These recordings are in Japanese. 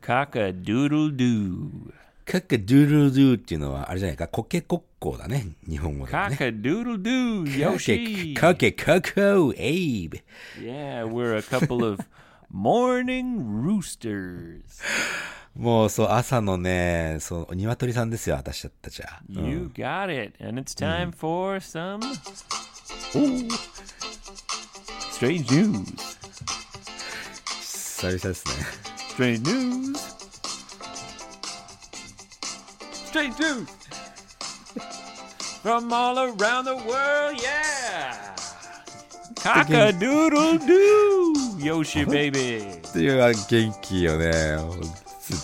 cock a doodle doo. カッカドゥルドゥっていうのは、あれじゃないか、コケコッコーだね。日本語では Cock ね。 a doodle doo, コケ Yoshi. コケコッコー、エイブ。 Yeah, we're a couple of morning roosters. もうそう、朝のね、そう、鶏さんですよ、私たちは。うん You got it. And it's time for some Ooh. strange news. 久々ですね。 Strange news. Strange news. From all around the world, yeah. Cock a doodle doo, Yoshi baby. っていうのは元気よね。ほん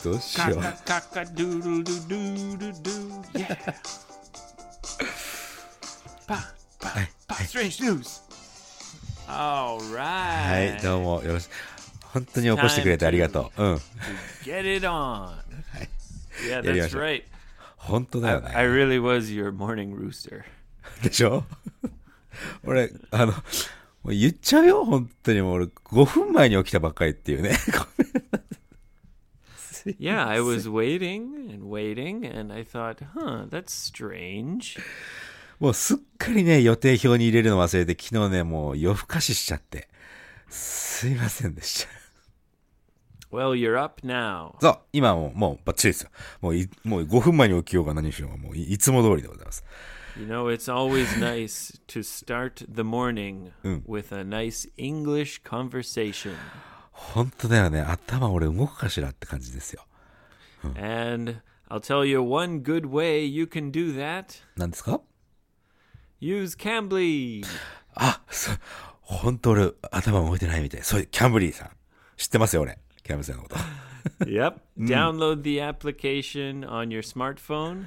とどうしよう。 Cock a doodle doo doo doo doo, yeah. Pa, pa, pa, strange news. All はい、 right. どうもよろし本当に起こしてくれてありがとう。うん。 Get it on. Yeah, やりま that's しょう right. 本当だよ I ね。 really was your morning rooster. でしょ 俺、あの、もう言っちゃうよ、本当にもう俺、5分前に起きたばっかりっていうね。 Yeah, I was waiting and waiting, and I thought, huh, that's strange. もうすっかりね、予定表に入れるの忘れて、昨日ね、もう夜更かししちゃって。すいませんでした。 Well, you're up now. そう、今はもう、もうバッチリですよ。もうい、もう5分前に起きようが何しようが、もういいつも通りでございます。 You know, it's always nice to start the morning with a nice English conversation. 本当だよね。頭俺動くかしらって感じですよ。 And I'll tell you one good way you can do that 何ですか use Cambly. あ、そう、本当俺、頭動いてないみたい。そう、キャンブリーさん。知ってますよ、俺。キャンブリーさんのこと。 Yep. Download the application on your smartphone.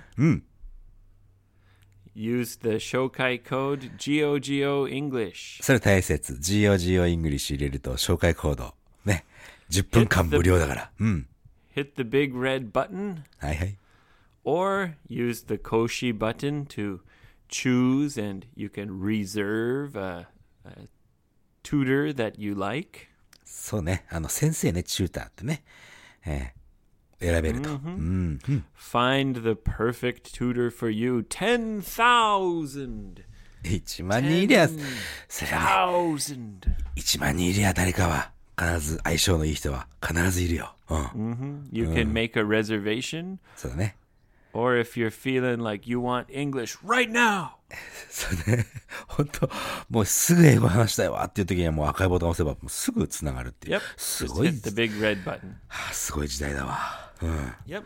Use the Shokai code GOGO English. それ大切。GOGO イングリッシュ入れると紹介コード。ね。10分間無料だから。うん。 Hit the big red button はいはい。 or use the Koshi button to choose and you can reserve a, a tutor that you like. そうね。あの、先生ね、チューターってね。えー選べると。うん。 Find the perfect tutor for you. 10,000. 1万人いりゃ、そりゃ、 Thousand. 1万人いりゃ誰かは、必ず相性のいい人は必ずいるよ。うん。 You can make a reservation そうだね。 or if you're feeling like you want English right now. そうね。 本当もうすぐ英語話したいわっていう時にはもう赤いボタン押せばもうすぐ繋がるっていう Yep.。す Just ごい hit、the big red button. はあすごい時代だわ。うん。 Yep.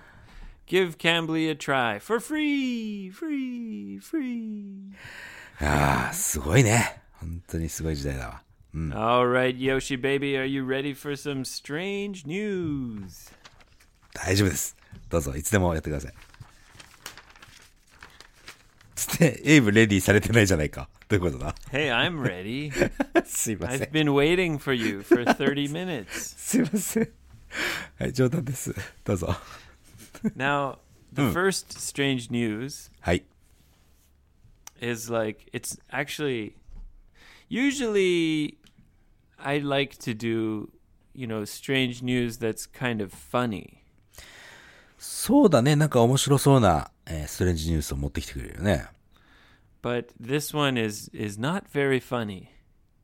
Give Cambly a try for free, free, free. ああ、すごいね。本当にすごい時代だわ。 All right, Yoshi baby, are you ready for some strange news? 大丈夫です。どうぞ、いつでもやってください。つって、エイブレディーされてないじゃないか。どういうことだ Hey, I'm ready. すいませ I've ん。 been waiting for you for 30 minutes. すいません。はい、冗談です。どうぞ。 Now, the first strange news はい。 is like it's actually usually I like to do, you know, strange news that's kind of funny. そうだね。なんか面白そうな、えーストレンジニュースを持ってきてくれるよね。 But this one is is not very funny.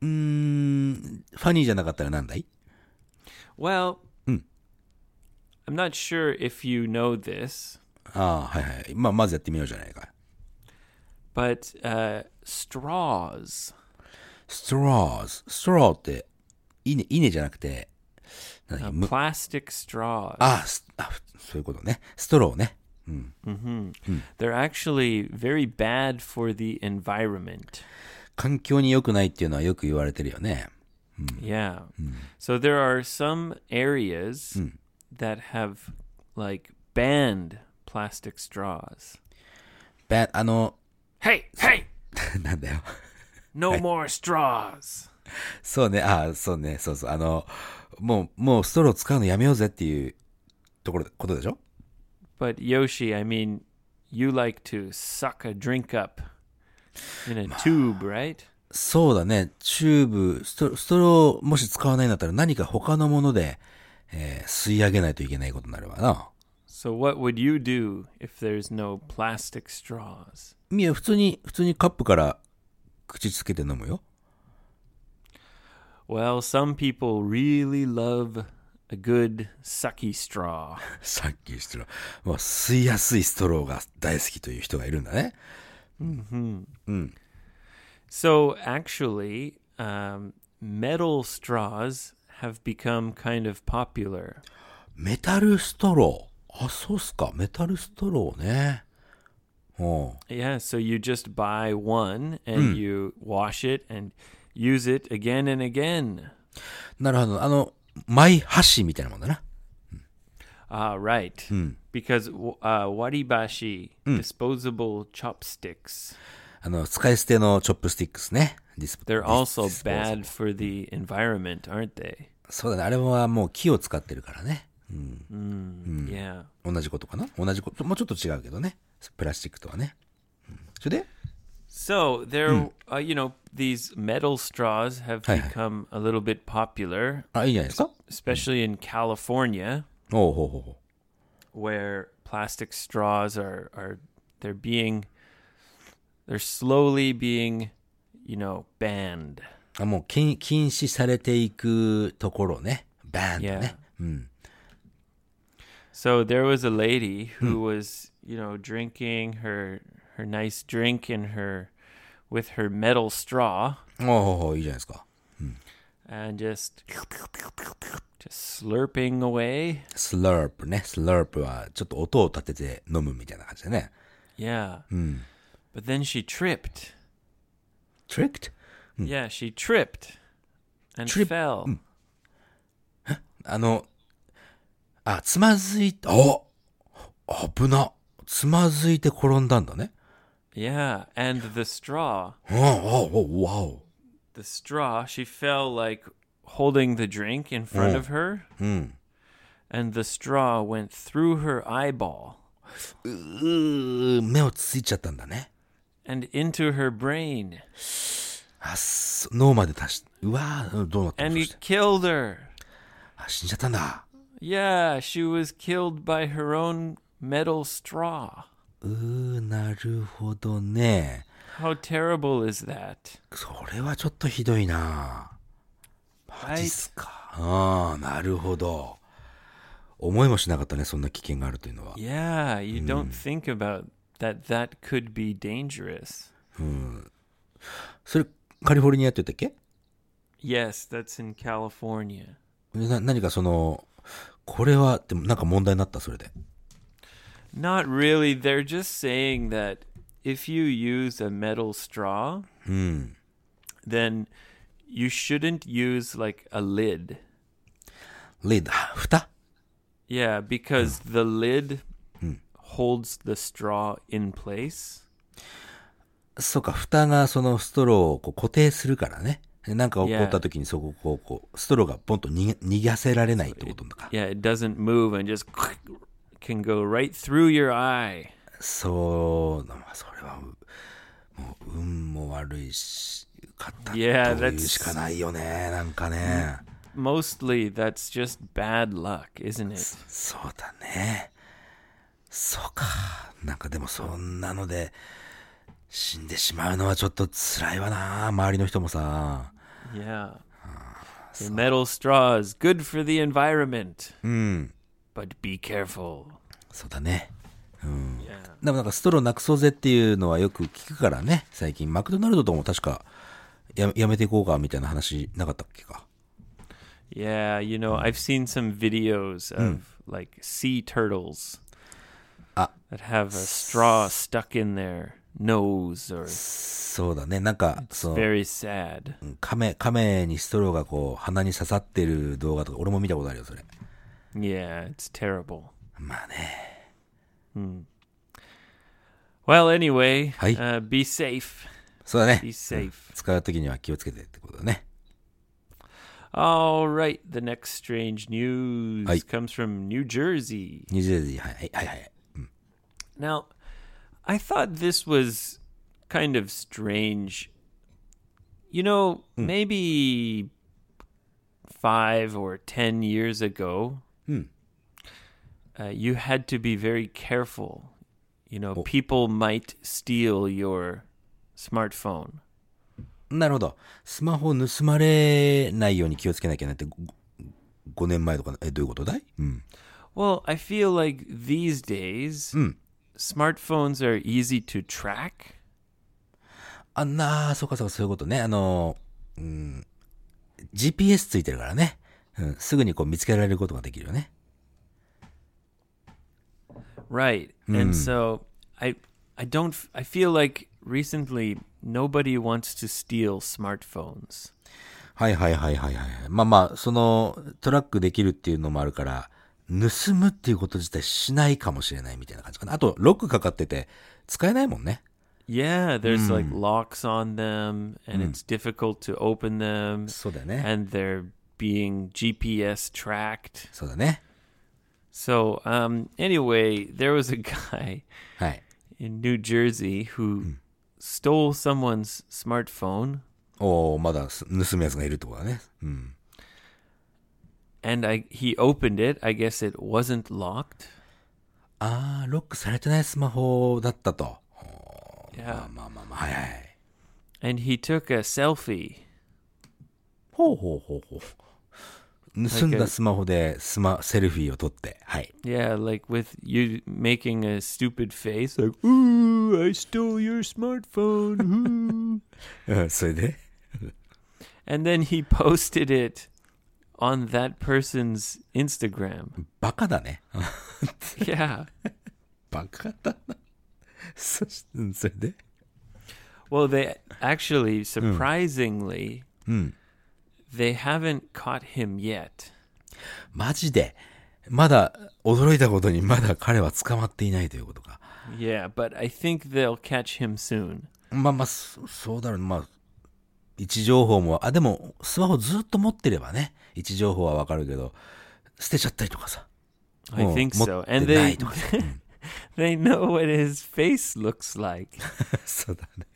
うーん、ファニーじゃなかったらなんだい Well, I'm not sure if you know this, ああ、はいはい。まあ、まずやってみようじゃないか。 but uh, straws. ストローズ。ストローって、稲、稲じゃなくて、なんだっけ、む uh, Plastic straws. あすあ、そういうことね。ストローね。 They're actually very bad for the environment. 環境に良くないっていうのはよく言われてるよね。 Yeah. So there are some areas that have like banned plastic straws. ばあの、 Hey, hey, なんだよ。 no more straws. そうね、あそうね、そうそう。あの、もう、もうストロー使うのやめようぜっていうところ、ことでしょ But Yoshi, I mean, you like to suck a drink up in a tube, right? そうだね。チューブ、ストストローもし使わないんだったら何か他のもので、えー吸い上げないといけないことになるわな。 So what would you do if there's no plastic straws? いや、普通に、普通にカップから口つけて飲むよ。 Well, some people really love a good sucky straw. さっきしたら、まあ、吸いやすいストローが大好きという人がいるんだね。 So actually, um, metal straws have become kind of popular. メタルストロー。あ、そうっすか。メタルストローね。おう Yeah, so you just buy one and you wash it and use it again and again. なるほど。あの、マイ箸みたいなもんだな。 Ah, right. Because w- uh, waribashi, disposable chopsticks, あの、使い捨てのチョップスティックスね。ディスプ they're ディス also ディスポーズ bad for the environment, aren't they? そうだね。あれはもう木を使ってるからね。 Yeah. 同じことかな同じこと。もうちょっと違うけどね。プラスチックとはね。うんそれで So there, uh, you know, these metal straws have Hi, hi. become a little bit popular, あ、いいじゃないですか。 especially in California, おうほうほうほう。 where plastic straws are are they're being they're slowly being, you know, banned. あもう禁禁止されていくところね。バーンと Yeah. ね。うん。 So there was a lady who was, you know, drinking her her nice drink in her with her metal straw おおいいじゃないですか。 and just just slurping away. スラープね。スラープはちょっと音を立てて飲むみたいな感じだね。 Yeah. Mm. But then she tripped. トリックト Yeah, she tripped and Hmm. Trip- hmm. fell. あの、あ、つまずいて、お危な。つまずいて転んだんだね。 Yeah, and the straw, うん、おおわお。 the straw, she fell like holding the drink in front Oh. of her うん。 and the straw went through her eyeball うー、目をついちゃったんだね。 and into her brain あっす、脳まで達し、うわー、どうなったの and そ it して killed her. あ、死んじゃったんだ。 Yeah, she was killed by her own metal straw. うー、なるほどね。 How terrible is that? それはちょっとひどいな。マジっ Right? すか。ああ、なるほど。思いもしなかったね、そんな危険があるというのは。 Yeah, you don't Hmm. think about that that could be dangerous. それ、カリフォルニアって言ったっけ Yes, that's in California. な何かその、これは、でもなんか問題になった、それで。 Not really. They're just saying that if you use a metal straw, うん。 then you shouldn't use like a lid. レイダー、蓋 Yeah, because the lid holds the straw in place. そうか、蓋がそのストローをこう固定するからね。でなんか起こった時にそこをこう、こう、ストローがポンと逃げ逃がせられないってことか。 Yeah, it doesn't move and just can go right through your eye. そう、まあそれは、もう、運も悪いし、買ったと Yeah, いう that's- しかないよね、なんかね。 Mostly that's just bad luck, isn't it? そうだね。そうか。なんかでもそんなので、死んでしまうのはちょっと辛いわな、周りの人もさ。 Yeah. The metal straws, good for the environment, うん、 but be careful. そうだね。 Yeah. でもなんかストローなくそうぜっていうのはよく聞くからね、最近マクドナルドとも確かややめていこうかみたいな話なかったっけか。 Yeah, you know, I've seen some videos of like sea turtles Ah. that have a straw stuck in their nose or そうだね、なんか、その、 very sad. 亀、亀にストローがこう鼻に刺さってる動画とか俺も見たことあるよ、それ。 Yeah, it's terrible. Hmm. まあね。 Well, anyway, Hi. uh, be safe. そうだ Be ね。 safe. 使う時には気をつけてってことだね。 All right, the next strange news Hi. comes from New Jersey. ニュージージー、はい、はい、はいはい。 Now, I thought this was kind of strange. You know, maybe five or ten years ago, うん。 uh, you had to be very careful. You know, people might steal your smartphone. なるほど。スマホ盗まれないように気をつけなきゃいけないって、5年前とか、え、どういうことだいうん。 Well, I feel like these days, smartphones are easy to track. あんな、そうかそうか、そういうことね。あの、うん、GPS ついてるからね。うん、すぐにこう見つけられることができるよね。 Right. And so I I don't f- I feel like recently nobody wants to steal smartphones. はいはいはいはいはい。まあまあ、その、トラックできるっていうのもあるから、盗むっていうこと自体しないかもしれないみたいな感じかな。あと、ロックかかってて、使えないもんね。 Yeah, there's like locks on them and it's difficult to open them そうだよね。 and they're being GPS tracked. そうだね。 So, um anyway, there was a guy はい。 in New Jersey who stole someone's smartphone おおまだす盗むやつがいるってことだね。うん。 and I he opened it. I guess it wasn't locked. あー、ロックされてないスマホだったと。おー Yeah. まあまあまあ、はいはい。 And he took a selfie. ほうほうほうほう。盗んだスマホでスマ、セルフィーを撮って。はい。 Yeah, like with you making a stupid face, like, ooh, I stole your smartphone. ooh." うんそれで and then he posted it on that person's Instagram. バカだね。 Yeah. バカだな。そし、うんそれで Well, they actually, surprisingly, they haven't caught him yet. マジで。まだ、驚いたことにまだ彼は捕まっていないということか。 Yeah, but I think they'll catch him soon. まあまあ、そそうだろうね。まあ、位置情報も、あ、でも、スマホずっと持ってればね、位置情報はわかるけど、捨てちゃったりとかさ。 I もう think 持 so. って And な they いとかさ。 they know what his face looks like そうだね。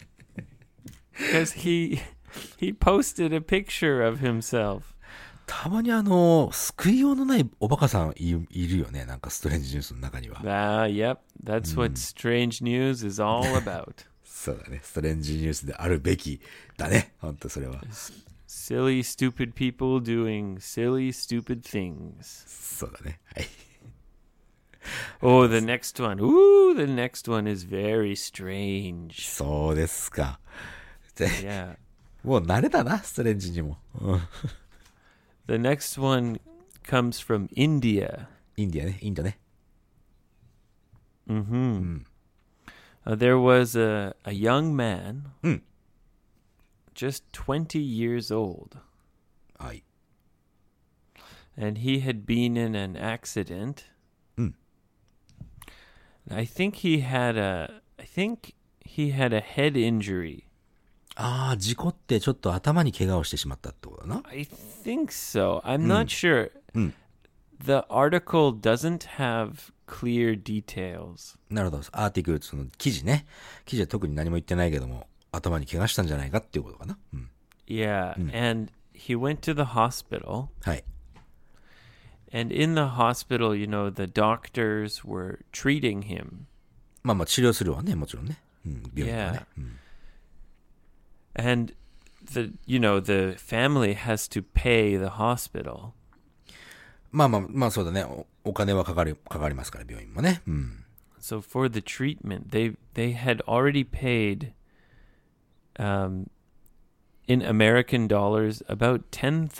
because he he posted a picture of himself. たまにあの、救いようのないおバカさんいいるよね。なんかストレンジニュースの中には。 Ah, yep. That's what strange news is all about. そうだね。ストレンジニュースであるべきだね。ほんとそれは。 silly, stupid people doing silly, stupid things. そうだね。はい。 Oh, the next one. Ooh, the next one is very strange. そうですか。で Yeah. もう慣れたな、ストレンジにも。うん The next one comes from India. インディアね、インドね。Mm-hmm. Uh, there was a, a young man, Mm. just 20 years old, はい。 and he had been in an accident. Mm. I think he had a I think he had a head injury. ああ、事故ってちょっと頭に怪我をしてしまったってことだな。 I think so. I'm not sure. Mm. The article doesn't have clear details. なるほど。アーティクル、その記事ね。記事は特に何も言ってないけども、頭に怪我したんじゃないかっていうことかな。うん。 Yeah, and he went to the hospital. はい。 And in the hospital, you know, the doctors were treating him. まあまあ治療するわね、もちろんね。うん、病院 Yeah. はね。うん And the you know, the family has to pay the hospital. まあまあ、まあそうだね。おお金はかかる、かかりますから、病院もね。うん。 So for the treatment, they they had already paid um in American dollars about $10,000.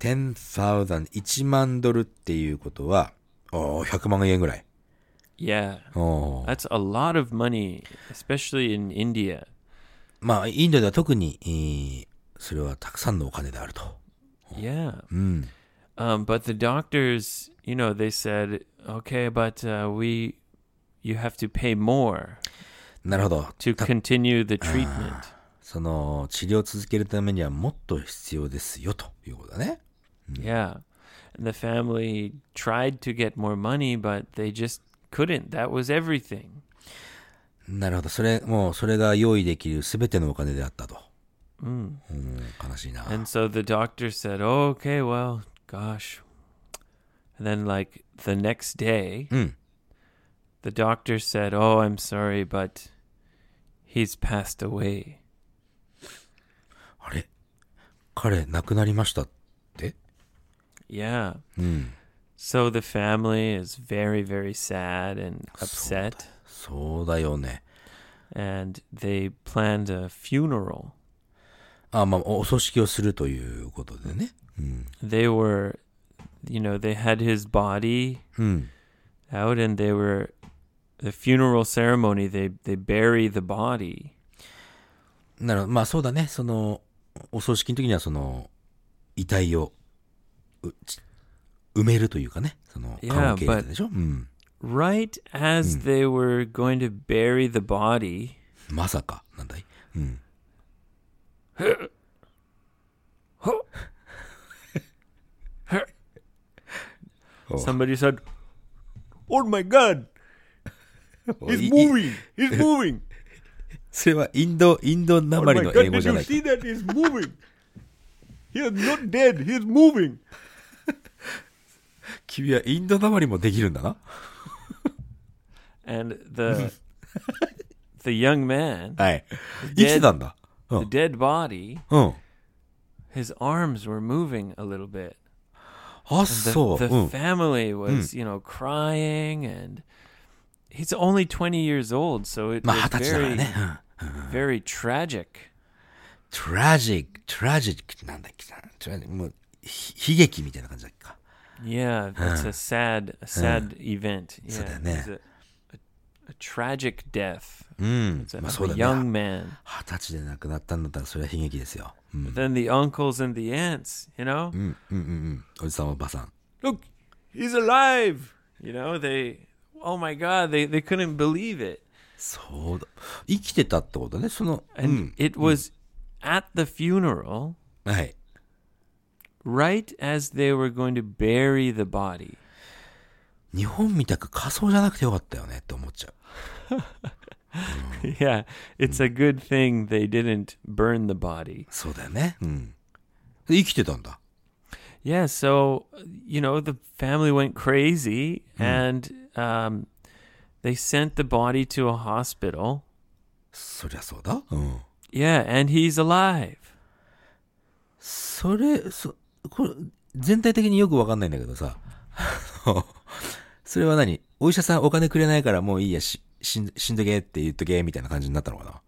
10,000、1万ドルっていうことは、おー100万円ぐらい。 Yeah. おー That's a lot of money, especially in India. まあ、インドでは特に、えーそれはたくさんのお金であると。 Yeah. うん。 Um, but the doctors, you know, they said, okay, but uh, we, you have to pay more なるほど。 to continue the treatment. その、治療を続けるためにはもっと必要ですよ、ということだね。 Yeah. And the family tried to get more money, but they just couldn't. That was everything. なるほど。それ、もう、それが用意できるすべてのお金であったと。うん、悲しいな。 And so the doctor said, oh, okay, well, gosh. And then, like, the next day, うん。 the doctor said, oh, I'm sorry, but he's passed away. あれ彼亡くなりましたって、 Yeah. うん、 So the family is very, very sad and upset. そうだよね。 And they planned a funeral. あ、まあ、おお葬式をするということでね。うん。 They were, you know, they had his body うん。 out and they were, the funeral ceremony, they, they bury the body. なるほどまあそうだね。その、お葬式の時にはその、遺体を、うち埋めるというかね。その、 Yeah, 関係でしょ、うん。 Right as they were going to bury the body, まさか、なんだいうん。Oh. somebody said, "Oh my God, い he's い moving! He's moving! それはインド、インドな Oh まり my の God, 英語 did じゃな you いか see that? He's moving! He is not dead. He's moving." 君はインドなまりもできるんだな。 And the the young man, はい。生きてたんだ。う the ん。 dead body, うん。 his arms were moving a little bit. あ、 The, そう。 the うん。 family was, you know, crying, and he's only twenty years old, so it まあ、 was 二十歳だからね very,。very tragic. トラジック、トラジックなんだっけな。tragic もう、ひ悲劇みたいな感じだっけか。 Yeah, that's a sad, a sad event. Yeah, that, it was yeah. a, a, a tragic death. うん。 It's a, ま of あそう a だね young。man. 二十歳で亡くなったんだったら、それは悲劇ですよ。うん。 But then the uncles and the aunts, you know, うん、うん、うんうん。おじさんおばさん。 look, he's alive. You know, they, oh my god, they they couldn't believe it, そうだ。生きてたってことね。その、う and ん。 it was at the funeral, はい。 right as they were going to bury the body. 日本みたく仮装じゃなくてよかったよねって思っちゃう。 yeah, it's a good thing they didn't burn the body. そうだよね。うん。生きてたんだ。 Yeah, so you know the family went crazy, and um, they sent the body to a hospital. そりゃそうだ。うん。 Yeah, and he's alive. それ、そ、これ、全体的によくわかんないんだけどさ。 あのそれは何お医者さんお金くれないからもういいや、し、しん、しんどけって言っとけ、みたいな感じになったのかな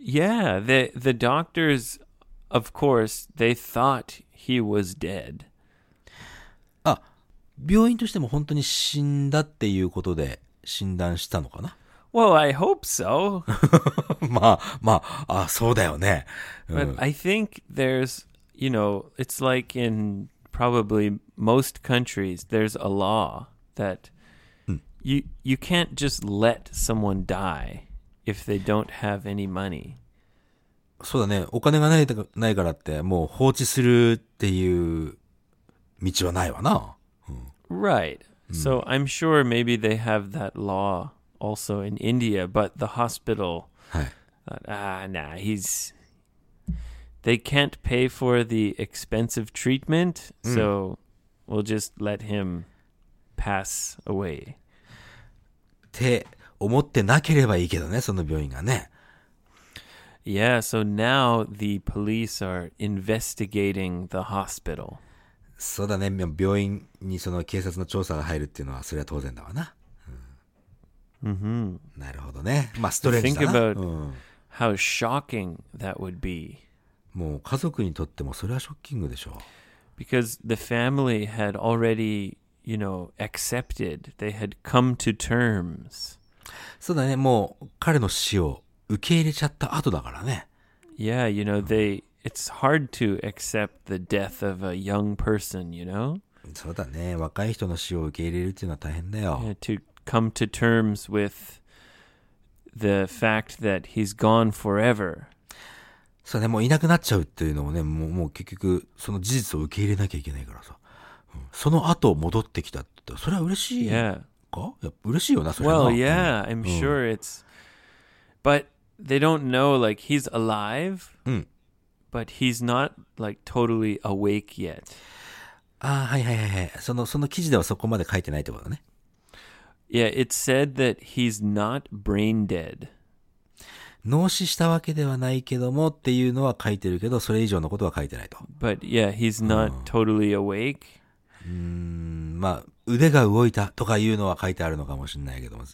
Yeah, the the doctors, of course, they thought he was dead. あ、病院としても本当に死んだっていうことで診断したのかな Well, I hope so, まあ、まあ、あ、そうだよね。う but ん。 I think there's you know it's like in probably most countries there's a law that you you can't just let someone die if they don't have any money. そうだね。お金がないとないからって、もう放置するっていう道はないわな。 Right. So I'm sure maybe they have that law also in India, but the hospital はい。 thought, ah, nah, he's. They can't pay for the expensive treatment, so we'll just let him pass away. って思ってなければいいけどね、その病院がね。 Yeah, so now the police are investigating the hospital. そうだね。病院にその警察の調査が入るっていうのは、それは当然だわな。うん。なるほどね。まあ、ストレージだ Think な、 about- うん。 How shocking that would be. もう家族にとってもそれはショッキングでしょ because the family had already, you know, accepted. They had come to terms. う。そうだね。もう彼の死を受け入れちゃった後だからね。 Yeah, you know, they it's hard to accept the death of a young person, you know? そうだね。若い人の死を受け入れるっていうのは大変だよ。 Yeah, to come to terms with the fact that he's gone forever. そうだね。もういなくなっちゃうっていうのもね、もうもう結局、その事実を受け入れなきゃいけないからさ。うんその後戻ってきたって言ったら、それは嬉しいか Yeah. やっぱ嬉しいよな、それはな。 Well, yeah, I'm Mm. sure it's but they don't know like he's alive. Mm. but he's not like totally awake yet. ああ、はいはいはいはい。その、その記事ではそこまで書いてないってことね。 Yeah, it said that he's not brain dead. 脳死したわけではないけどもっていうのは書いてるけど、それ以上のことは書いてないと。 But yeah, he's not totally awake. うんまあ、腕が動いたとかいうのは書いてあるのかもしれないけども、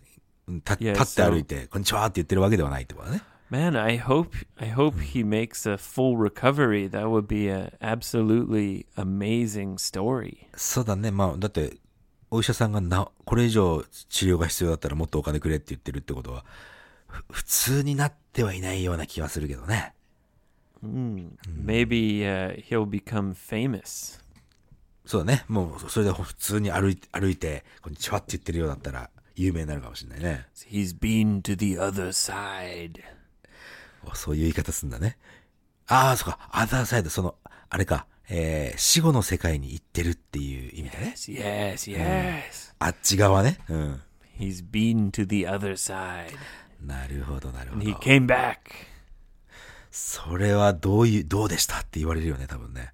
たいや立って歩いて、こんにちはって言ってるわけではないってことね。 Man, I hope I hope he makes a full recovery. That would be a absolutely amazing story. そうだね。まあ、だって、お医者さんがな、これ以上治療が必要だったらもっとお金くれって言ってるってことは、ふ普通になってはいないような気はするけどね。 Maybe uh, he'll become famous. そうだね。もう、それで普通に歩いて、歩いて、こんにちはって言ってるようだったら、有名になるかもしれないね。 He's been to the other side. おそういう言い方すんだね。ああ、そうか。アザーサイド、その、あれか。えー、死後の世界に行ってるっていう意味だね。 Yes, yes. あっち側ね。うん。 He's been to the other side. なるほど、なるほ He ど。 came back. それはどういう、どうでしたって言われるよね、多分ね。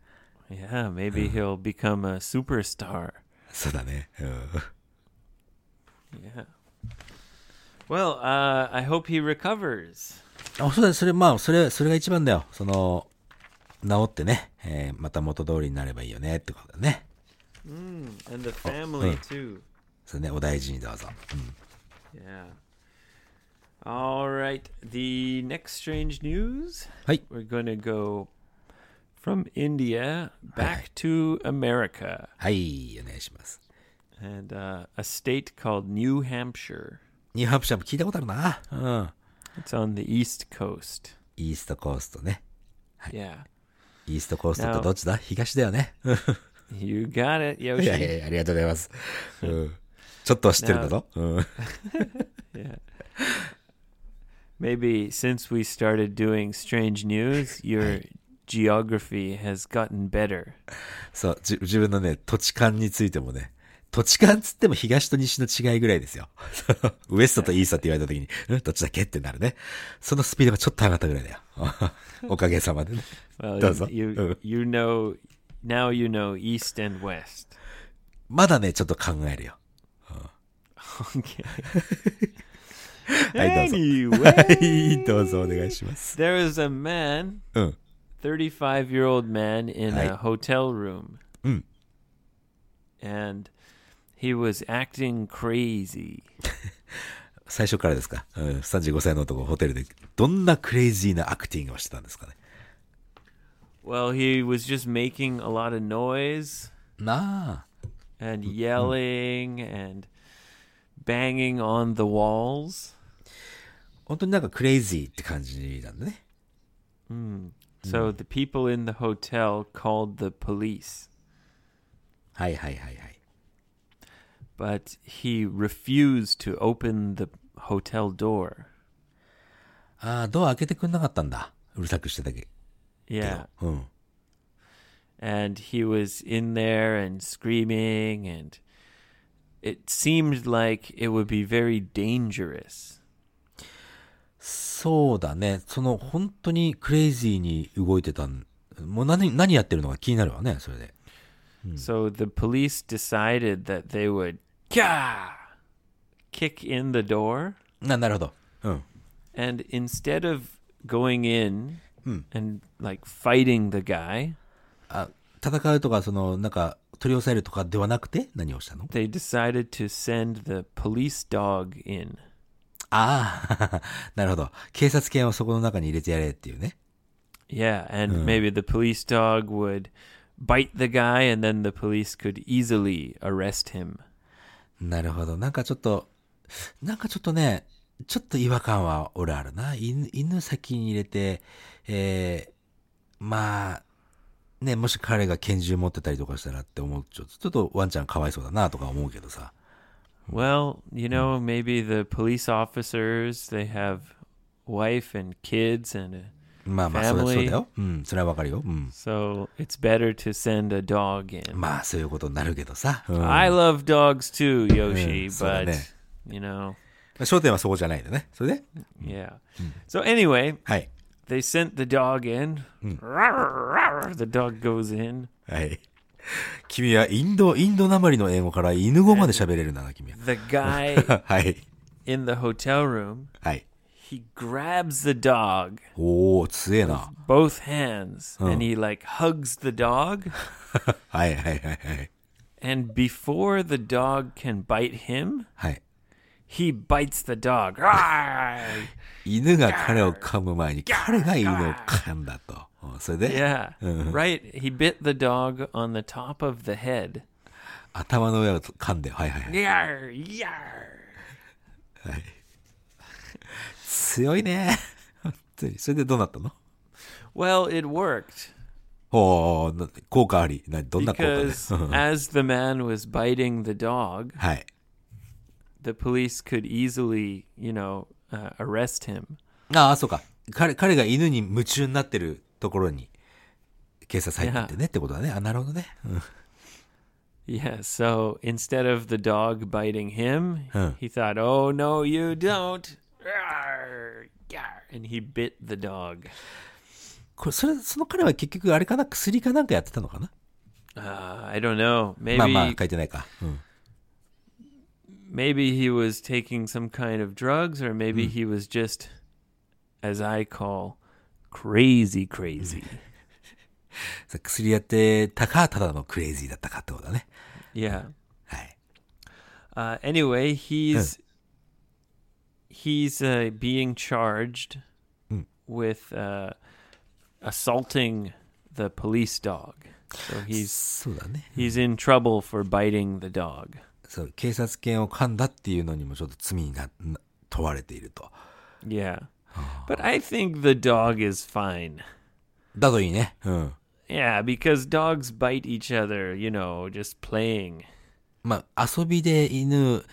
Yeah, maybe he'll become a superstar. そうだね。うん。 Yeah. Well, uh, I hope he recovers. あ、そうだね。それ、まあ、それ、それが一番だよ。その、治ってね、えーまた元通りになればいいよね、ってことだね。 And the family, too. それね、お大事にどうぞ。 Yeah. All right. The next strange news はい。 we're going to go from India Hi. back to America はい、お願いします。 and uh, a state called New Hampshire. ニューハンプシャーも聞いたことあるな。うん。 It's on the East Coast. イーストコーストね。 Yeah. イーストコーストなとおどっちだ東だよ ね。 You got it, い Yoshi. やいやいや、ありがとうございます。うん。ちょっとは知ってるんだぞ。うん。 Yeah. Maybe since we started doing strange news, your geography has gotten better. そう、じ自分のね、土地勘についてもね、土地勘つっても東と西の違いぐらいですよ。 ウエストとイーストって言われた時に、うん、どっちだっけってなるね。そのスピードがちょっと上がったぐらい だよ。おかげさまでね。 Well, Does it? you, Uh. you you know now you know east and west. まだね、ちょっと考えるよ。 Okay. はい、どうぞ。 anyway, はい、どうぞお願いします。 there was a man, うん。 35-year-old man in Hi. a hotel room. Mm. And he was acting crazy. 最初からですか。うん、35歳の男、ホテルで、どんなクレイジーなアクティングをしてたんですかね。 Well, he was just making a lot of noise. なあ。 and yelling and banging on the walls. 本当になんかクレイジーって感じなんだね。 So the people in the hotel called the police, はいはいはいはい。 but he refused to open the hotel door. ああ、ドア開けてくんなかったんだ。うるさくしてたけ Yeah. ど。うん。 And he was in there and screaming, and it seemed like it would be very dangerous. そうだね。その、本当にクレイジーに動いてたん。もう何、何やってるのか気になるわね、それで。 So the police decided that they would Gah! kick in the door. な、なるほど。うん。 And instead of going in and like fighting the guy, あ、戦うとか、その、なんか、取り押さえるとかではなくて、何をしたの they decided to send the police dog in. ああ、 なるほど。警察犬をそこの中に入れてやれっていうね。 Yeah, and maybe the police dog would bite the guy and then the police could easily arrest him. なるほど。なんかちょっと、なんかちょっとね、ちょっと違和感は俺あるな。犬、犬先に入れて、えー、まあ、ね、もし彼が拳銃持ってたりとかしたらって思うちょっと、ちょっとワンちゃんかわいそうだなとか思うけどさ。 Well, you know, maybe the police officers, they have wife and kids and uh, a, まあまあ、それ Family そうだよ。うん、それはわかるよ。うん。 so it's better to send a dog in. まあ、そういうことになるけどさ。うん。 I love dogs too, Yoshi, but so that- you know, 焦点はそこじゃないんだね。それで Yeah. So anyway, はい。 They sent the dog in. The dog goes in. はい。君はインド、インドなまりの英語から犬語まで喋れるんだな、君は。 The guy はい。 in the hotel room, はい。 he grabs the dog おー、強えな。 both hands and he like hugs the dog はいはいはいはい。 and before the dog can bite him, はい。 he bites the dog. Rawr! 犬が彼を噛む前に彼が犬を噛んだと。うんそれで、 yeah. Right, he bit the dog on the top of the head. 頭の上を噛んで、はいはいはい。 Yar, yar. 強いね。本当に。それでどうなったの Well, it worked おー、な効果あり。などんな効果で because as the man was biting the dog, はい。 the police could easily, you know, uh, arrest him. ああ、そうか。彼、彼が犬に夢中になってるところに、警察入ってってねってことだね。あ、なるほどね。うん Yeah, so instead of the dog biting him, Huh. he thought, "Oh no, you don't!" Rawr, yar, And he bit the dog. これ、それ、その彼は結局あれかな薬かなんかやってたのかな Uh, I don't know. まあまあ Maybe 書いてないか。うん。 maybe he was taking some kind of drugs, or maybe he was just, as I call, crazy, crazy. さ薬やってたか、ただのクレイジーだったかってことだね。 yeah. はい。 Uh, anyway, he's he's uh, being charged with uh, assaulting the police dog. So he's そうだね。 he's in trouble for biting the dog. そう、警察犬を噛んだっていうのにもちょっと罪がな問われていると。 Yeah, but I think the dog is fine. だといいね。うん。 Yeah, because dogs bite each other. You know, just playing. まあ、遊びで犬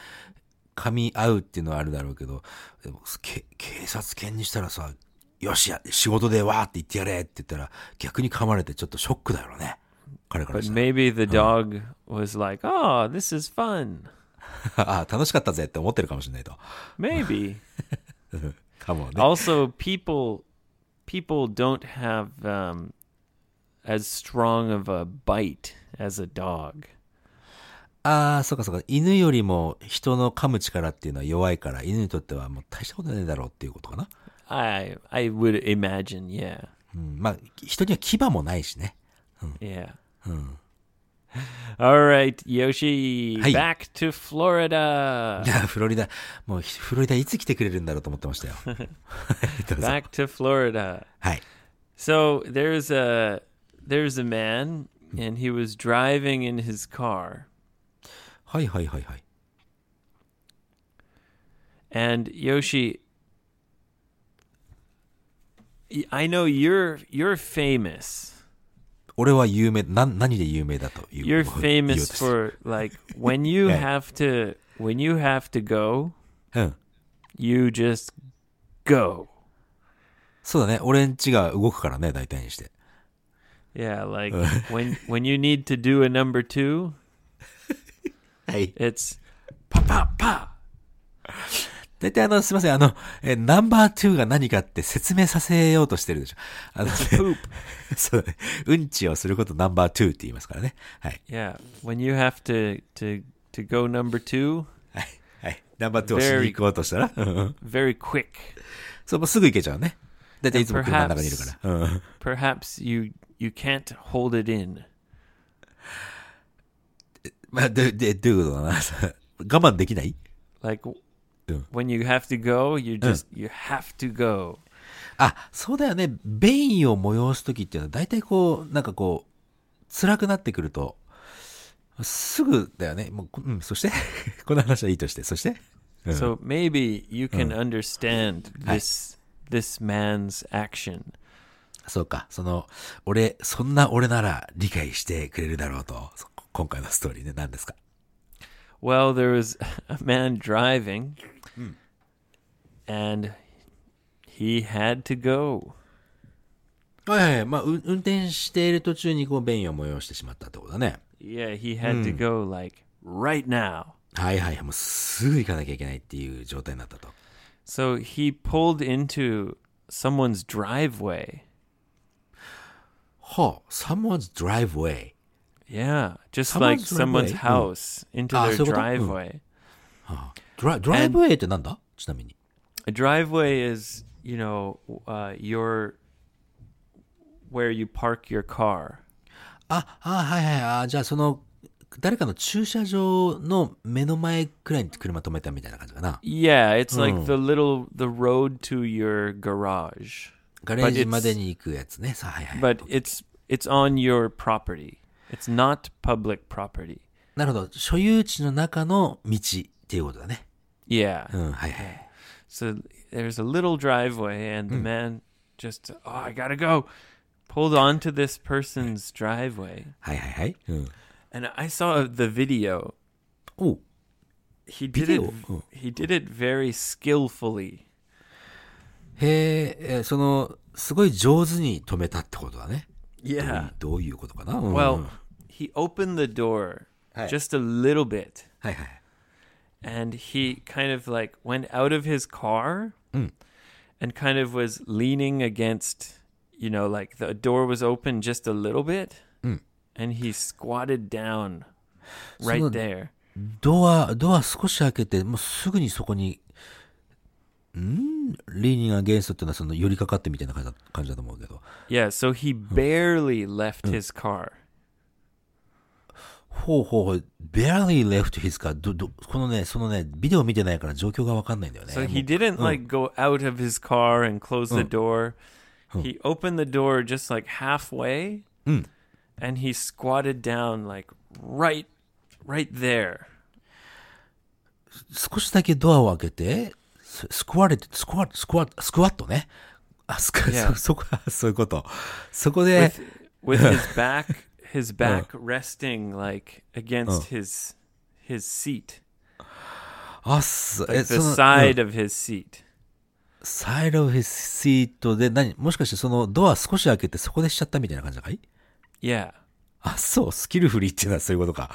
噛み合うっていうのはあるだろうけど、でもけ警察犬にしたらさ、よしや、仕事でわーって言ってやれって言ったら、逆に噛まれてちょっとショックだよね。彼から But したら。 maybe the dog was like, "Oh, this is fun." あ楽しかったぜって思ってるかもしれないと。 Maybe. かもね。 also people people don't have um, as strong of a bite as a dog ああ、そうかそうか。犬よりも人の噛む力っていうのは弱いから、犬にとってはもう大したことないだろうっていうことかな。 i i would imagine yeah うん。まあ、人には牙もないしね。 yeah all right yoshi Hey. back to florida いや、フロリダ、もうひフロリダいつ来てくれるんだろうと思ってま したよ。どうぞ back to florida はい。 so there's a there's a man and he was driving in his car はいはいはいはい。 And Yoshi, y- I know you're you're famous. 俺は有名、な、何で有名だという。 You're 言おう famous として for like when you Yeah. have to when you have to go, うん。 you just go. そうだね。俺んちが動くからね、大体にして。 Yeah, like when when you need to do a number 2, はい。 it's 大体あの、すいません、あの、え、ナンバー2が何かって説明させようとしてるでしょ。あのね、 poop. そうだね。うんちをすることナンバー2って言いますからね。はい。 Yeah, when you have to to to go number 2, はい。はい。ナンバー2をしに行こうとしたら、うん。 very quick. そう、もうすぐ行けちゃうね。大体いつも車の中にいるから。うん。 Perhaps you you can't hold it in. まあ、で、で、どういうことだな。 そう我慢できない like w- Yeah. when you have to go you just you have to go あ、そうだよね。便意を催すときっていうのは、大体こう、なんかこう、辛くなってくると、すぐだよね。もうこ、うん、そして この話はいいとして、そして、うん so maybe you can understand this this man's action そうか、その、俺、そんな俺なら理解してくれるだろうと、そ今回のストーリーね、何ですか well there was a man driving and he had to go はいはいはい、まあ、う運転している途中にこう、便意を催してしまったってことだね。 yeah he had to go like right now はいはいはい、もうすぐ行かなきゃいけないっていう状態になったと。 so he pulled into someone's driveway. はあ、someone's driveway。 Yeah, just like Someone's someone's driveway. Ah, うん house into あ their そういうこと？うん driveway. ドラ、ドライブウェイってなんだちなみに。 A driveway is, you know, uh, your where you park your car. あ、あ、はいはい、あ、じゃあその、誰かの駐車場の目の前くらいに車止めたみたいな感じかな。 Yeah, Hmm. it's like the little the road to your garage, ガレージまでに行くやつね。さあ、はいはい。 but it's it's on your property. It's not public property. なるほど。所有地の中の道っていうことだね。 Yeah. うん、はいはい。 So there's a little driveway, and Hmm. the man just, oh, I gotta go, pulled onto this person's driveway. はいはいはい。うん。 And I saw the video. おう He did it. Video? Oh. He did it very skillfully. へえー、その、すごい上手に止めたってことだね。 Yeah. どういうことかな、うん Well, he opened the door Hey. just a little bit, はいはい。 and he kind of like went out of his car, and kind of was leaning against, you know, like the door was open just a little bit, and he squatted down right So- there. ドア、ドア少し開けて、もうすぐにそこに、んリーニングアゲンストっていうのはその寄りかかってみたいな感じだ感じだと思うけど。 Yeah, so he barely left his car. ほうほうほう、barely left his car. ど、ど、このね、そのね、ビデオ見てないから状況がわかんないんだよね。 So も he う didn't like go out of his car and close the door. He opened the door just like halfway and he squatted down like right right there. 少しだけドアを開けて、ススクワレット、スクワット、スクワット、スクワットね。あ、スクワ Yeah. そ、そこ、そういうこと。そこで、 With his back his back resting like against his his seat. あ、す、 Like そ the の、 side of his seat. サイドオフィスシートで、何もしかしてそのドア少し開けてそこでしちゃったみたいな感じだかい Yeah. あ、そう、スキルフリーっていうのはそういうことか。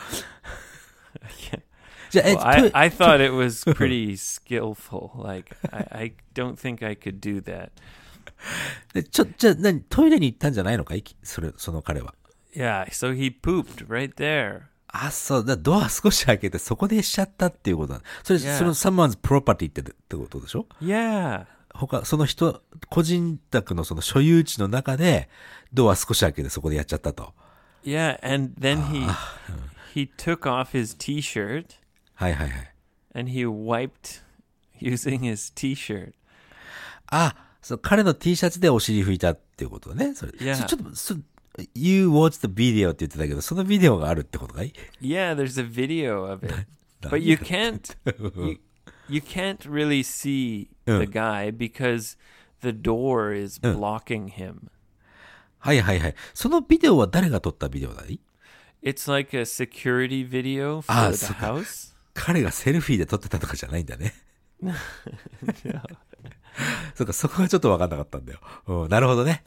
じゃあ、え、 Well, I, ト I thought it was pretty skillful. Like I, I don't think I could do that. イレちょ、じゃあ、何、トイレに行ったんじゃないのかいきそれ、その彼は。 Yeah, so he pooped right there. あ、そう、だドア少し開けてそこでしちゃったっていうことだ。それ、 Yeah. そのサマーズプロパティって、ってことでしょ Yeah. 他、その人、個人宅のその所有地の中で、ドア少し開けてそこでやっちゃったと。 Yeah, and then he Ah. he took off his t-shirt はいはいはい。 and he wiped using his t-shirt. あ、そう、彼の T シャツでお尻拭いたっていうことだね。それ。 Yeah. そちょっと、そ You watched the video って言ってたけど、そのビデオがあるってことかい Yeah, there's a video of it. Done. But you can't you, you can't really see the guy because the door is blocking him. はいはいはい。そのビデオは誰が撮ったビデオだい It's like a security video for Ah, the so- house. 彼がセルフィーで撮ってたとかじゃないんだね。そっか、そこがちょっとわかんなかったんだよ。うん、なるほどね。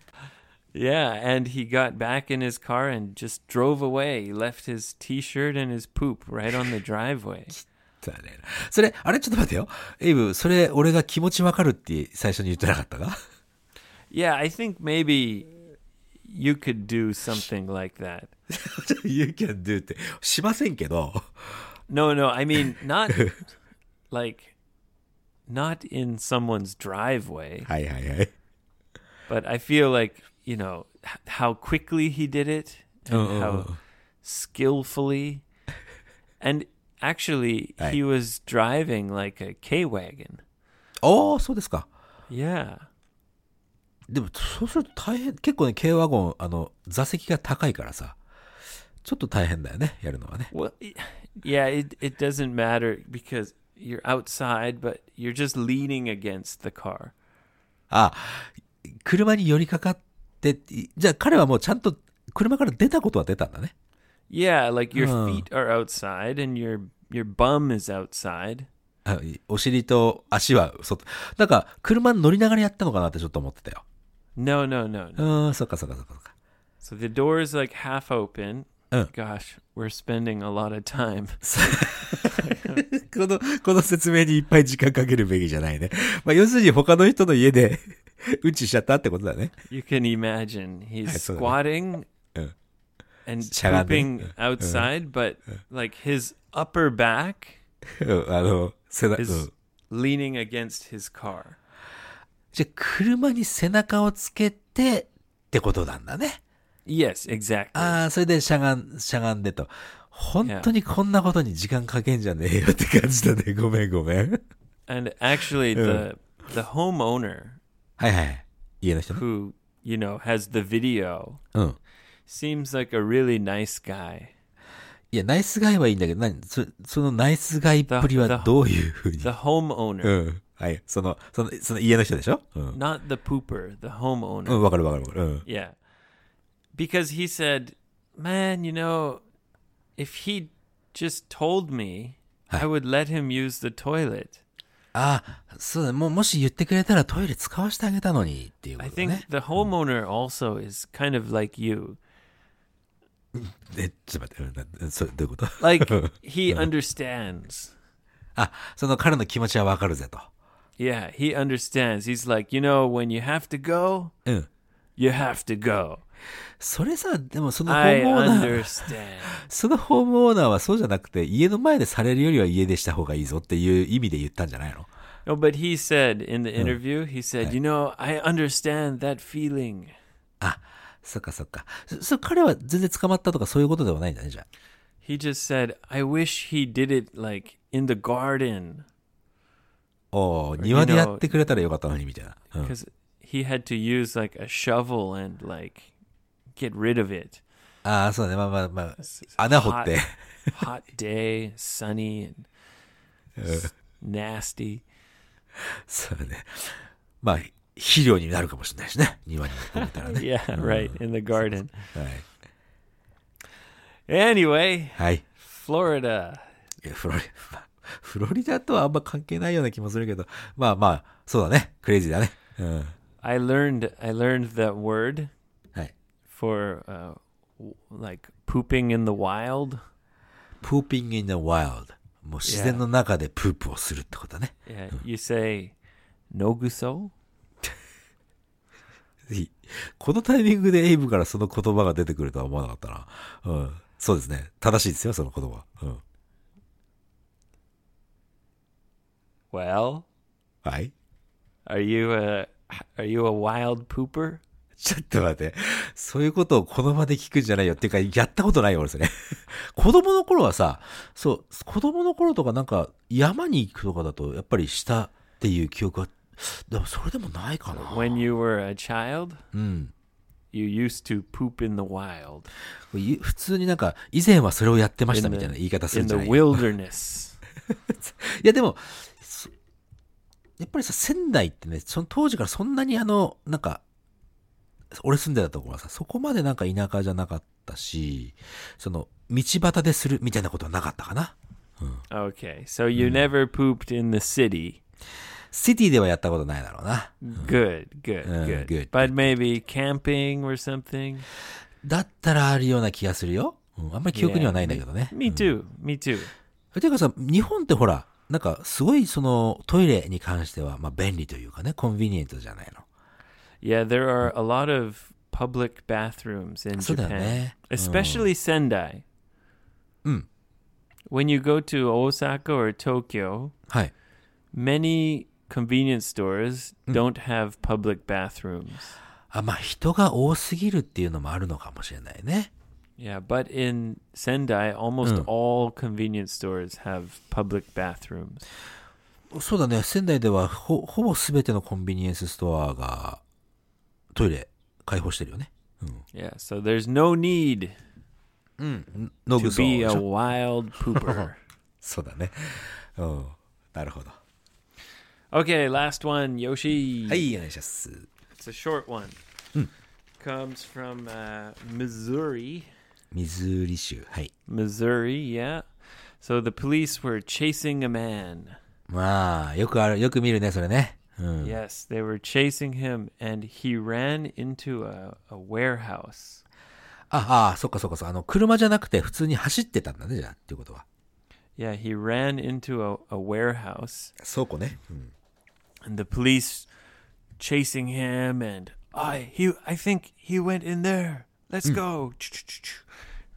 Yeah, and he got back in his car and just drove away. He left his t-shirt and his poop right on the driveway. だねそれ、あれちょっと待ってよ。エイブ、それ、俺が気持ちわかるって最初に言ってなかったか Yeah, I think maybe you could do something like that. ちょっと ?You can do って。しませんけど。 No, no, I mean not like not in someone's driveway, はいはいはい。 but I feel like, you know, h- how quickly he did it and how skillfully. And actually, he was driving like a K-wagon. おー、そうですか。 Yeah. でも、そうすると大変、結構ね、軽ワゴン、あの、座席が高いからさ、ちょっと大変だよね、やるのはね。 Well, y- yeah, it it doesn't matter because you're outside, but you're just leaning against the car. あ、車に寄りかかって、いじゃあ彼はもうちゃんと、車から出たことは出たんだね。 Yeah, like your Oh. feet are outside and your your bum is outside. あお尻と足は外。なんか、車に乗りながらやったのかなってちょっと思ってたよ。 No, no, no, no. うーん、そっかそっかそっかそっか。 So the door is like half open, うん Gosh, we're spending a lot of time. この、この説明にいっぱい時間かけるべきじゃないね。まあ、要するに他の人の家で、 うんちしちゃったってことだね。 You can imagine I he's saw that. squatting Uh. and Shagande. pooping Uh. outside, but like his upper back うんあの、背中、う is ん leaning against his car. じゃあ、車に背中をつけて、ってことなんだね。 Yes, exactly. ああ、それでしゃがん、しゃがんでと。本当にこんなことに時間かけんじゃねえよって感じだね。ご めんごめん。 And actually, Uh. the the homeowner はいはい。家の人ね who you know has the video うん。 seems like a really nice guy. いや、ナイスガイはいいんだけど、何そそのナイスガイっぷりだはだどういうふうに The う homeowner, ん。はい。その、その、その家の人でしょうん。 not the pooper. The homeowner. うん、わかるわかるわかる。うん。 Yeah. Because he said, man, you know, if he just told me, I would let him use the toilet. ああ、そうだ、もう、もし言ってくれたらトイレ使わせてあげたのにっていうこ I とだ think ね。 the homeowner also is kind of like you. え、ちょっと待ってうん、なそどういうこと Like, he understands. あ、その彼の気持ちはわかるぜと。 Yeah, he understands. He's like, you know, when you have to go, うん。 you have to go. それさ、でもそのホ I ー ムオーナー、 understand. そのホームオーナーはそうじゃなくて、家の前でされるよりは家でした方がいいぞっていう意味で言ったんじゃないの No, but he said in the interview, he said, you know, I understand that feeling. あ、そっかそっか。そ、そ彼は全然捕まったとかそういうことではないんだね、じゃあ。 He just said, I wish he did it like in the garden おー庭でやってくれたらよかったのに、みたいな。うん because he had to use like a shovel and like get rid of it. ああ、そうだね。まあまあまあ、穴掘 って。 Hot day, sunny, and s- nasty. そうだね。まあ、肥料になるかもしれないしね。庭に持ってみたらね。 Yeah, right, in the garden. はい。 Anyway, はい。 Florida. いやフロリ、 まあフロリダとはあんま関係ないような気もするけど、まあまあ、そうだね。クレイジーだね。うん。 I learned I learned that word はい。 for uh, w- like pooping in the wild. pooping in the wild. もう自然の中でプープをするってことだね。 Yeah, you say noguso. いいこのタイミングでエイブからその言葉が出てくるとは思わなかったな。うん。そうですね。正しいですよ、その言葉。うん。 Well, はい。 Are you a are you a wild pooper? ちょっと待って。そういうことをこの場で聞くんじゃないよ。っていうか、やったことないよ、俺それ。 子供の頃はさ、そう、子供の頃とかなんか、山に行くとかだと、やっぱりしたっていう記憶は、でもそれでもないかな。 When you were a child, Hmm. you used to poop in the wild, い普通になんか、以前はそれをやってまし in た the, みたいな言い方する in んじゃ the ない wilderness. いやでも、そやっぱりさ、仙台ってね、その当時からそんなにあの、なんか、俺住んでたところはさ、そこまでなんか田舎じゃなかったし、その、道端でするみたいなことはなかったかな。 okay, so you Hmm. never pooped in the city. シティではやったことないだろうな。 Good, good, Uh, good. good, But maybe camping or something. だったらあるような気がするよ。うん、あんまり記憶にはないんだけどね。 Me too. Me too. ていうかさ、日本ってほら、なんかすごいそのトイレに関しては、まあ便利というかね、コンビニエントじゃないの。 Yeah, there Hmm. are a lot of public bathrooms in そうだよ Japan, ね。 especially Sendai. Mm. When you go to Osaka or Tokyo, はい。 many convenience stores don't have public bathrooms. あ、まあ人が多すぎるっていうのもあるのかもしれないね。 Yeah, but in Sendai, almost all convenience stores have public bathrooms. そうだね、仙台ではほほぼ全てのコンビニエンスストアがトイレ開放してるよね。 Yeah, so there's no need ノ to グソ be でし a ょ wild pooper. そうだね。うん。なるほど。 okay, last one, Yoshi. はい、お願いします。 It's a short one. Comes from uh, Missouri. ミズーリ州。はい。 Missouri, yeah. So the police were chasing a man. まあ、よくある、よく見るね、それね。うん。 Yes, they were chasing him, and he ran into a, a warehouse. あ、あ、そっかそっかそっか。あの、車じゃなくて普通に走ってたんだね、じゃあ、っていうことは。 Yeah, he ran into a, a warehouse 倉庫ね。うん。 and the police chasing him and I he I think he went in there. Let's go.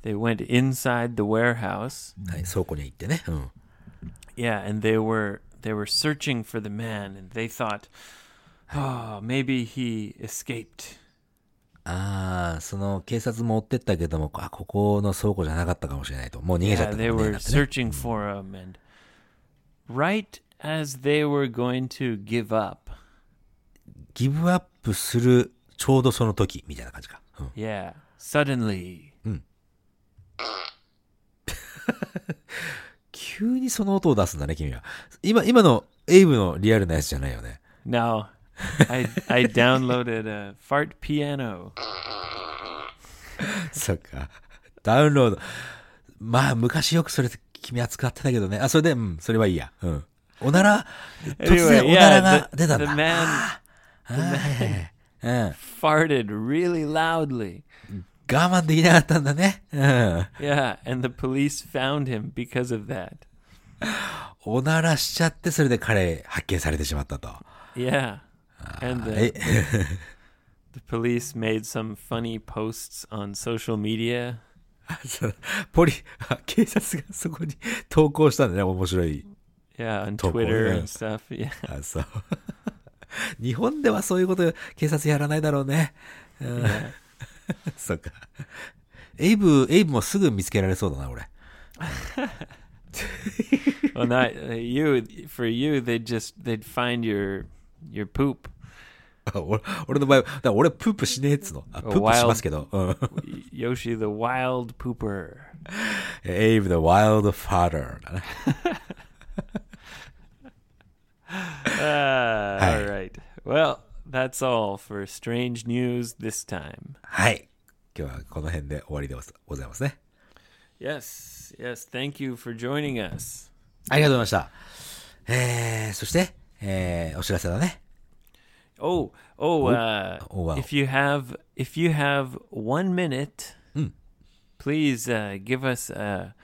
They went inside the warehouse. はい、倉庫に行ってね。うん。 Yeah, and they were they were searching for the man and they thought, "Oh, maybe he escaped." ああ、その、警察も追ってったけども、あ、ここの倉庫じゃなかったかもしれないと。もう逃げちゃ Yeah, ったんだ they ね、 were だってね searching for him and right as they were going to give up. ギブアップする、ちょうどその時、みたいな感じか。うん。 Yeah, suddenly 急にその音を出すんだね、君は。今、今のエイブのリアルなやつじゃないよね。 No, I I downloaded a fart piano. そっか。ダウンロード。まあ、昔よくそれ君は使ってたけどね。あ、それで、うん、それはいいや。うん。おな ら、突然 Anyway, おなら yeah, が the, 出たん the だ。 man はいはいはいうん。 farted really loudly. 我慢できなかったんだね。うん。 Yeah, and the police found him because of that. おならしちゃって、それで彼、発見されてしまったと。 Yeah, and え the,、the police made some funny posts on social media. そのポリ、あ警察がそこに投稿したんだね、面白い。 Yeah, on Top Twitter one, yeah. and stuff. Yeah, あ、そう。 日本ではそういうこと、警察やらないだろうね。うん、 そっか。エイブ、エイブもすぐ見つけられそうだな、俺。 well, not uh, you. For you, they'd just they'd find your your poop. あ俺俺の場合は、だから俺プープしねえっつの。あプープしますけど。うん Yoshi the wild pooper. エイブ、the wild father だね。 Uh, Hi. all right. Well, that's all for strange news this time. はい。今日はこの辺で終わりでございますね。 Yes, yes. Thank you for joining us. ありがとうございました。えー、そして、えー、お知らせだね。 Oh, oh. Uh, Oh, wow. If you have, if you have one minute, Hmm. please uh, give us a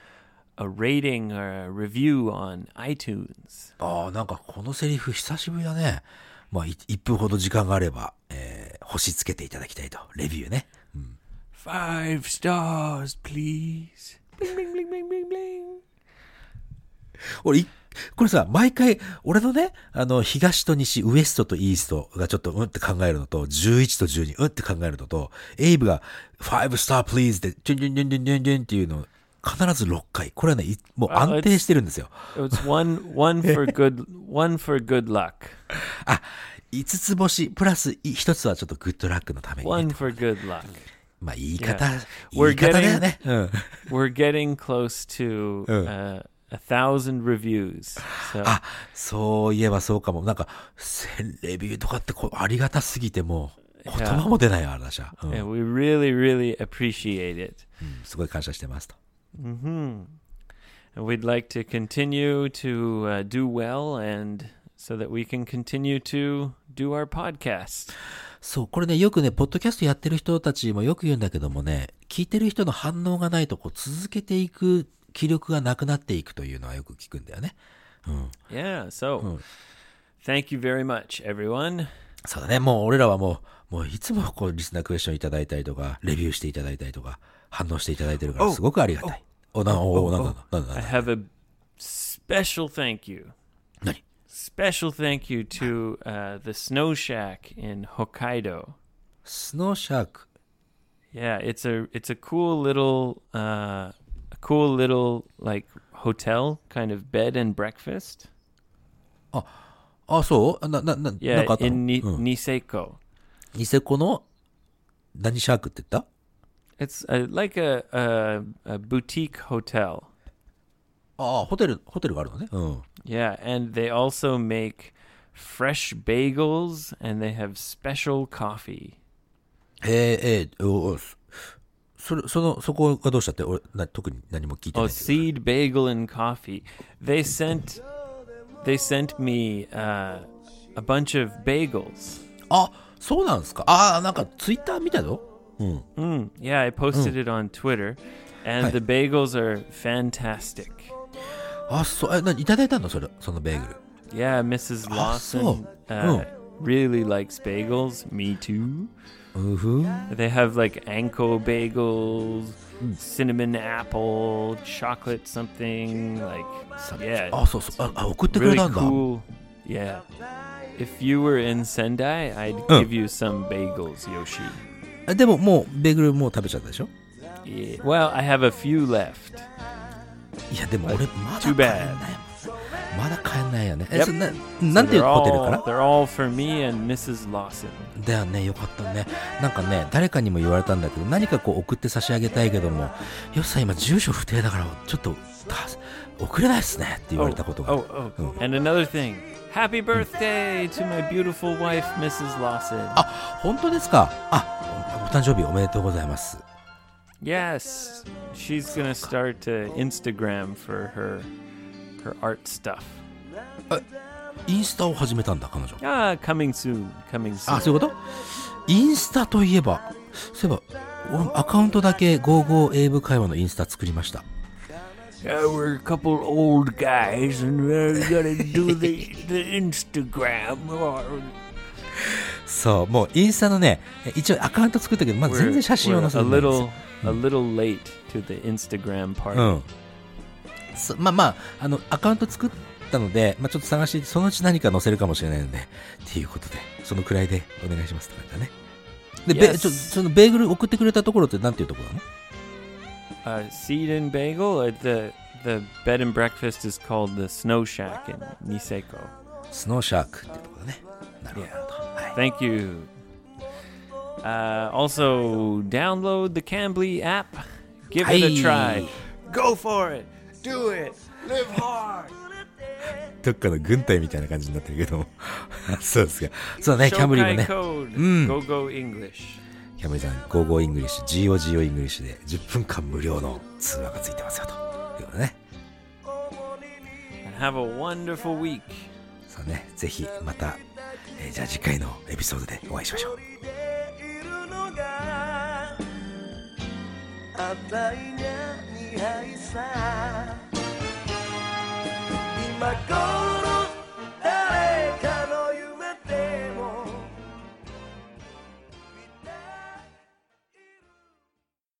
a rating or a review on iTunes. ああ、なんかこのセリフ久しぶりだね。まあ、い1分ほど時間があれば、えー、星つけていただきたいと。レビューね。 Five stars, please. Bling, bling, bling, bling, bling, bling. 俺、いこれさ、毎回、俺のね、あの、東と西、ウエストとイーストがちょっとうんって考えるのと、11と12、うんって考えるのと、エイブが、5スタープリーズで、チュンチュンチュンチュンチュンチュンっていうのを、必ず6回。これはね、いもう安定してるんですよ。 It's one, one for good, one for good luck, あ、5つ星、プラス1つはちょっとグッドラックのためにね、 one for good luck. まあ、言い方、 Yeah. 言 We're い方だよね。うん。 We're getting close to Uh. uh, Ah, a thousand reviews. So あ、そういえばそうかも。なんか、1000レビューとかってこうありがたすぎてもう、言葉も出ないよ、あれだしゃ。うん yeah, we really, really appreciate it. Mm-hmm. すごい感謝してますと。 And we'd like to continue to uh, do well and so that we can continue to do our podcast. そう、これね、よくね、ポッドキャストやってる人たちもよく言うんだけどもね、聞いてる人の反応がないと、こう、続けていく気力がなくなっていくというのはよく聞くんだよね。 Yeah, so thank you very much, everyone. そうだね、もう俺らはもう、もういつもこう、リスナークエスチョンいただいたりとか、レビューしていただいたりとか、反応していただいてるから、すごくありがたい。お、な、お、なんだ、なんだ、 I なんだ、 have a special thank you. 何 Special thank you to uh, the Snow Shack in Hokkaido. スノーシャーク。 Yeah, it's a it's a cool little uh, a cool little like hotel kind of bed and breakfast. あ、そうあな、な、な、なん Yeah, かあったの in Ni- うん Niseko. ニセコの何シャークって言った It's uh like a, a a boutique hotel. ああ、ホテル、ホテルがあるのね。うん。 Yeah, and they also make fresh bagels and they have special coffee. ええええおおそそれ、その、そこがどうしたって、俺、な特に何も聞いてな Oh, いんだけど。 seed bagel and coffee. They sent they sent me uh, a bunch of bagels. あ、そうなんですかああ、なんかツイッター見たぞ。うん。 Mm, yeah, I posted it on Twitter, and Hi. the bagels are fantastic. あ、そう、え、何いただいたのそれ、そのベーグル。 Yeah, Mrs. Lawson uh, Oh. really likes bagels. Me too. うふ They have like Anko bagels, cinnamon apple, chocolate something. Like, yeah, あ、そうそう。あ、あ送ってくれ really たんだ。 cool. Yeah. If you were in Sendai, I'd Oh. give you some bagels, Yoshi. えでももう、ベーグルもう食べちゃったでしょ Yeah. Well, I have a few left. いや、でも俺、まだ too 帰んない bad. まだ帰んないよね。え、 Yep. そんな、なんていう they're ホテルか all, ら they're all for me and Mrs. Lawson. だよね、よかったね。なんかね、誰かにも言われたんだけど、何かこう送って差し上げたいけども、よっさん今住所不定だから、ちょっと、た送れないっすねって言われたことが。 Oh, oh, oh. Oh. And another thing. Happy birthday to my beautiful wife, Mrs. Lawson. あ、本当ですかあ、おお誕生日おめでとうございます。 Yes. She's going to start to Instagram for her her art stuff. インスタを始めたんだ、彼女。 Ah, coming soon. Coming soon. あ、そういうことインスタといえば、そういえば、俺アカウントだけ55英語会話のインスタ作りました。 Yeah, we're a couple old guys, and we're gonna do the, the Instagram. Or そう、もうインスタのね、え一応アカウント作ったけど、まあ、全 we're, 然写真を we're 載せ a てないんですよ little, a little late to the Instagram part. うん。そまあまあ、あの、アカウント作ったので、まあちょっと探して、そのうち何か載せるかもしれないので、 っていうことで、そのくらいでお願いしますって感じだね。で、べ Yes. ちょそのベーグル送ってくれたところってなんていうところなの Uh, Seed and Bagel. Or the the bed and breakfast is called the Snow Shack in Niseko. スノーシャークっていうところだね。なるほど。はい。 Thank you. Uh, also, download the Cambly app. Give it a try. Aye. Go for it. Do it. Live hard. どっかの軍隊みたいな感じになってるけども。 そうですか。そうだね、キャムリーも Shokai ね。 code. Mm. Go go English. キャムリーさん、55イングリッシュ、GOGO イングリッシュで10分間無料の通話がついてますよ、ということでね。 And have a wonderful week. そうね、ぜひまた、えーじゃあ次回のエピソードでお会いしましょう。いるのが値が似合いさ今頃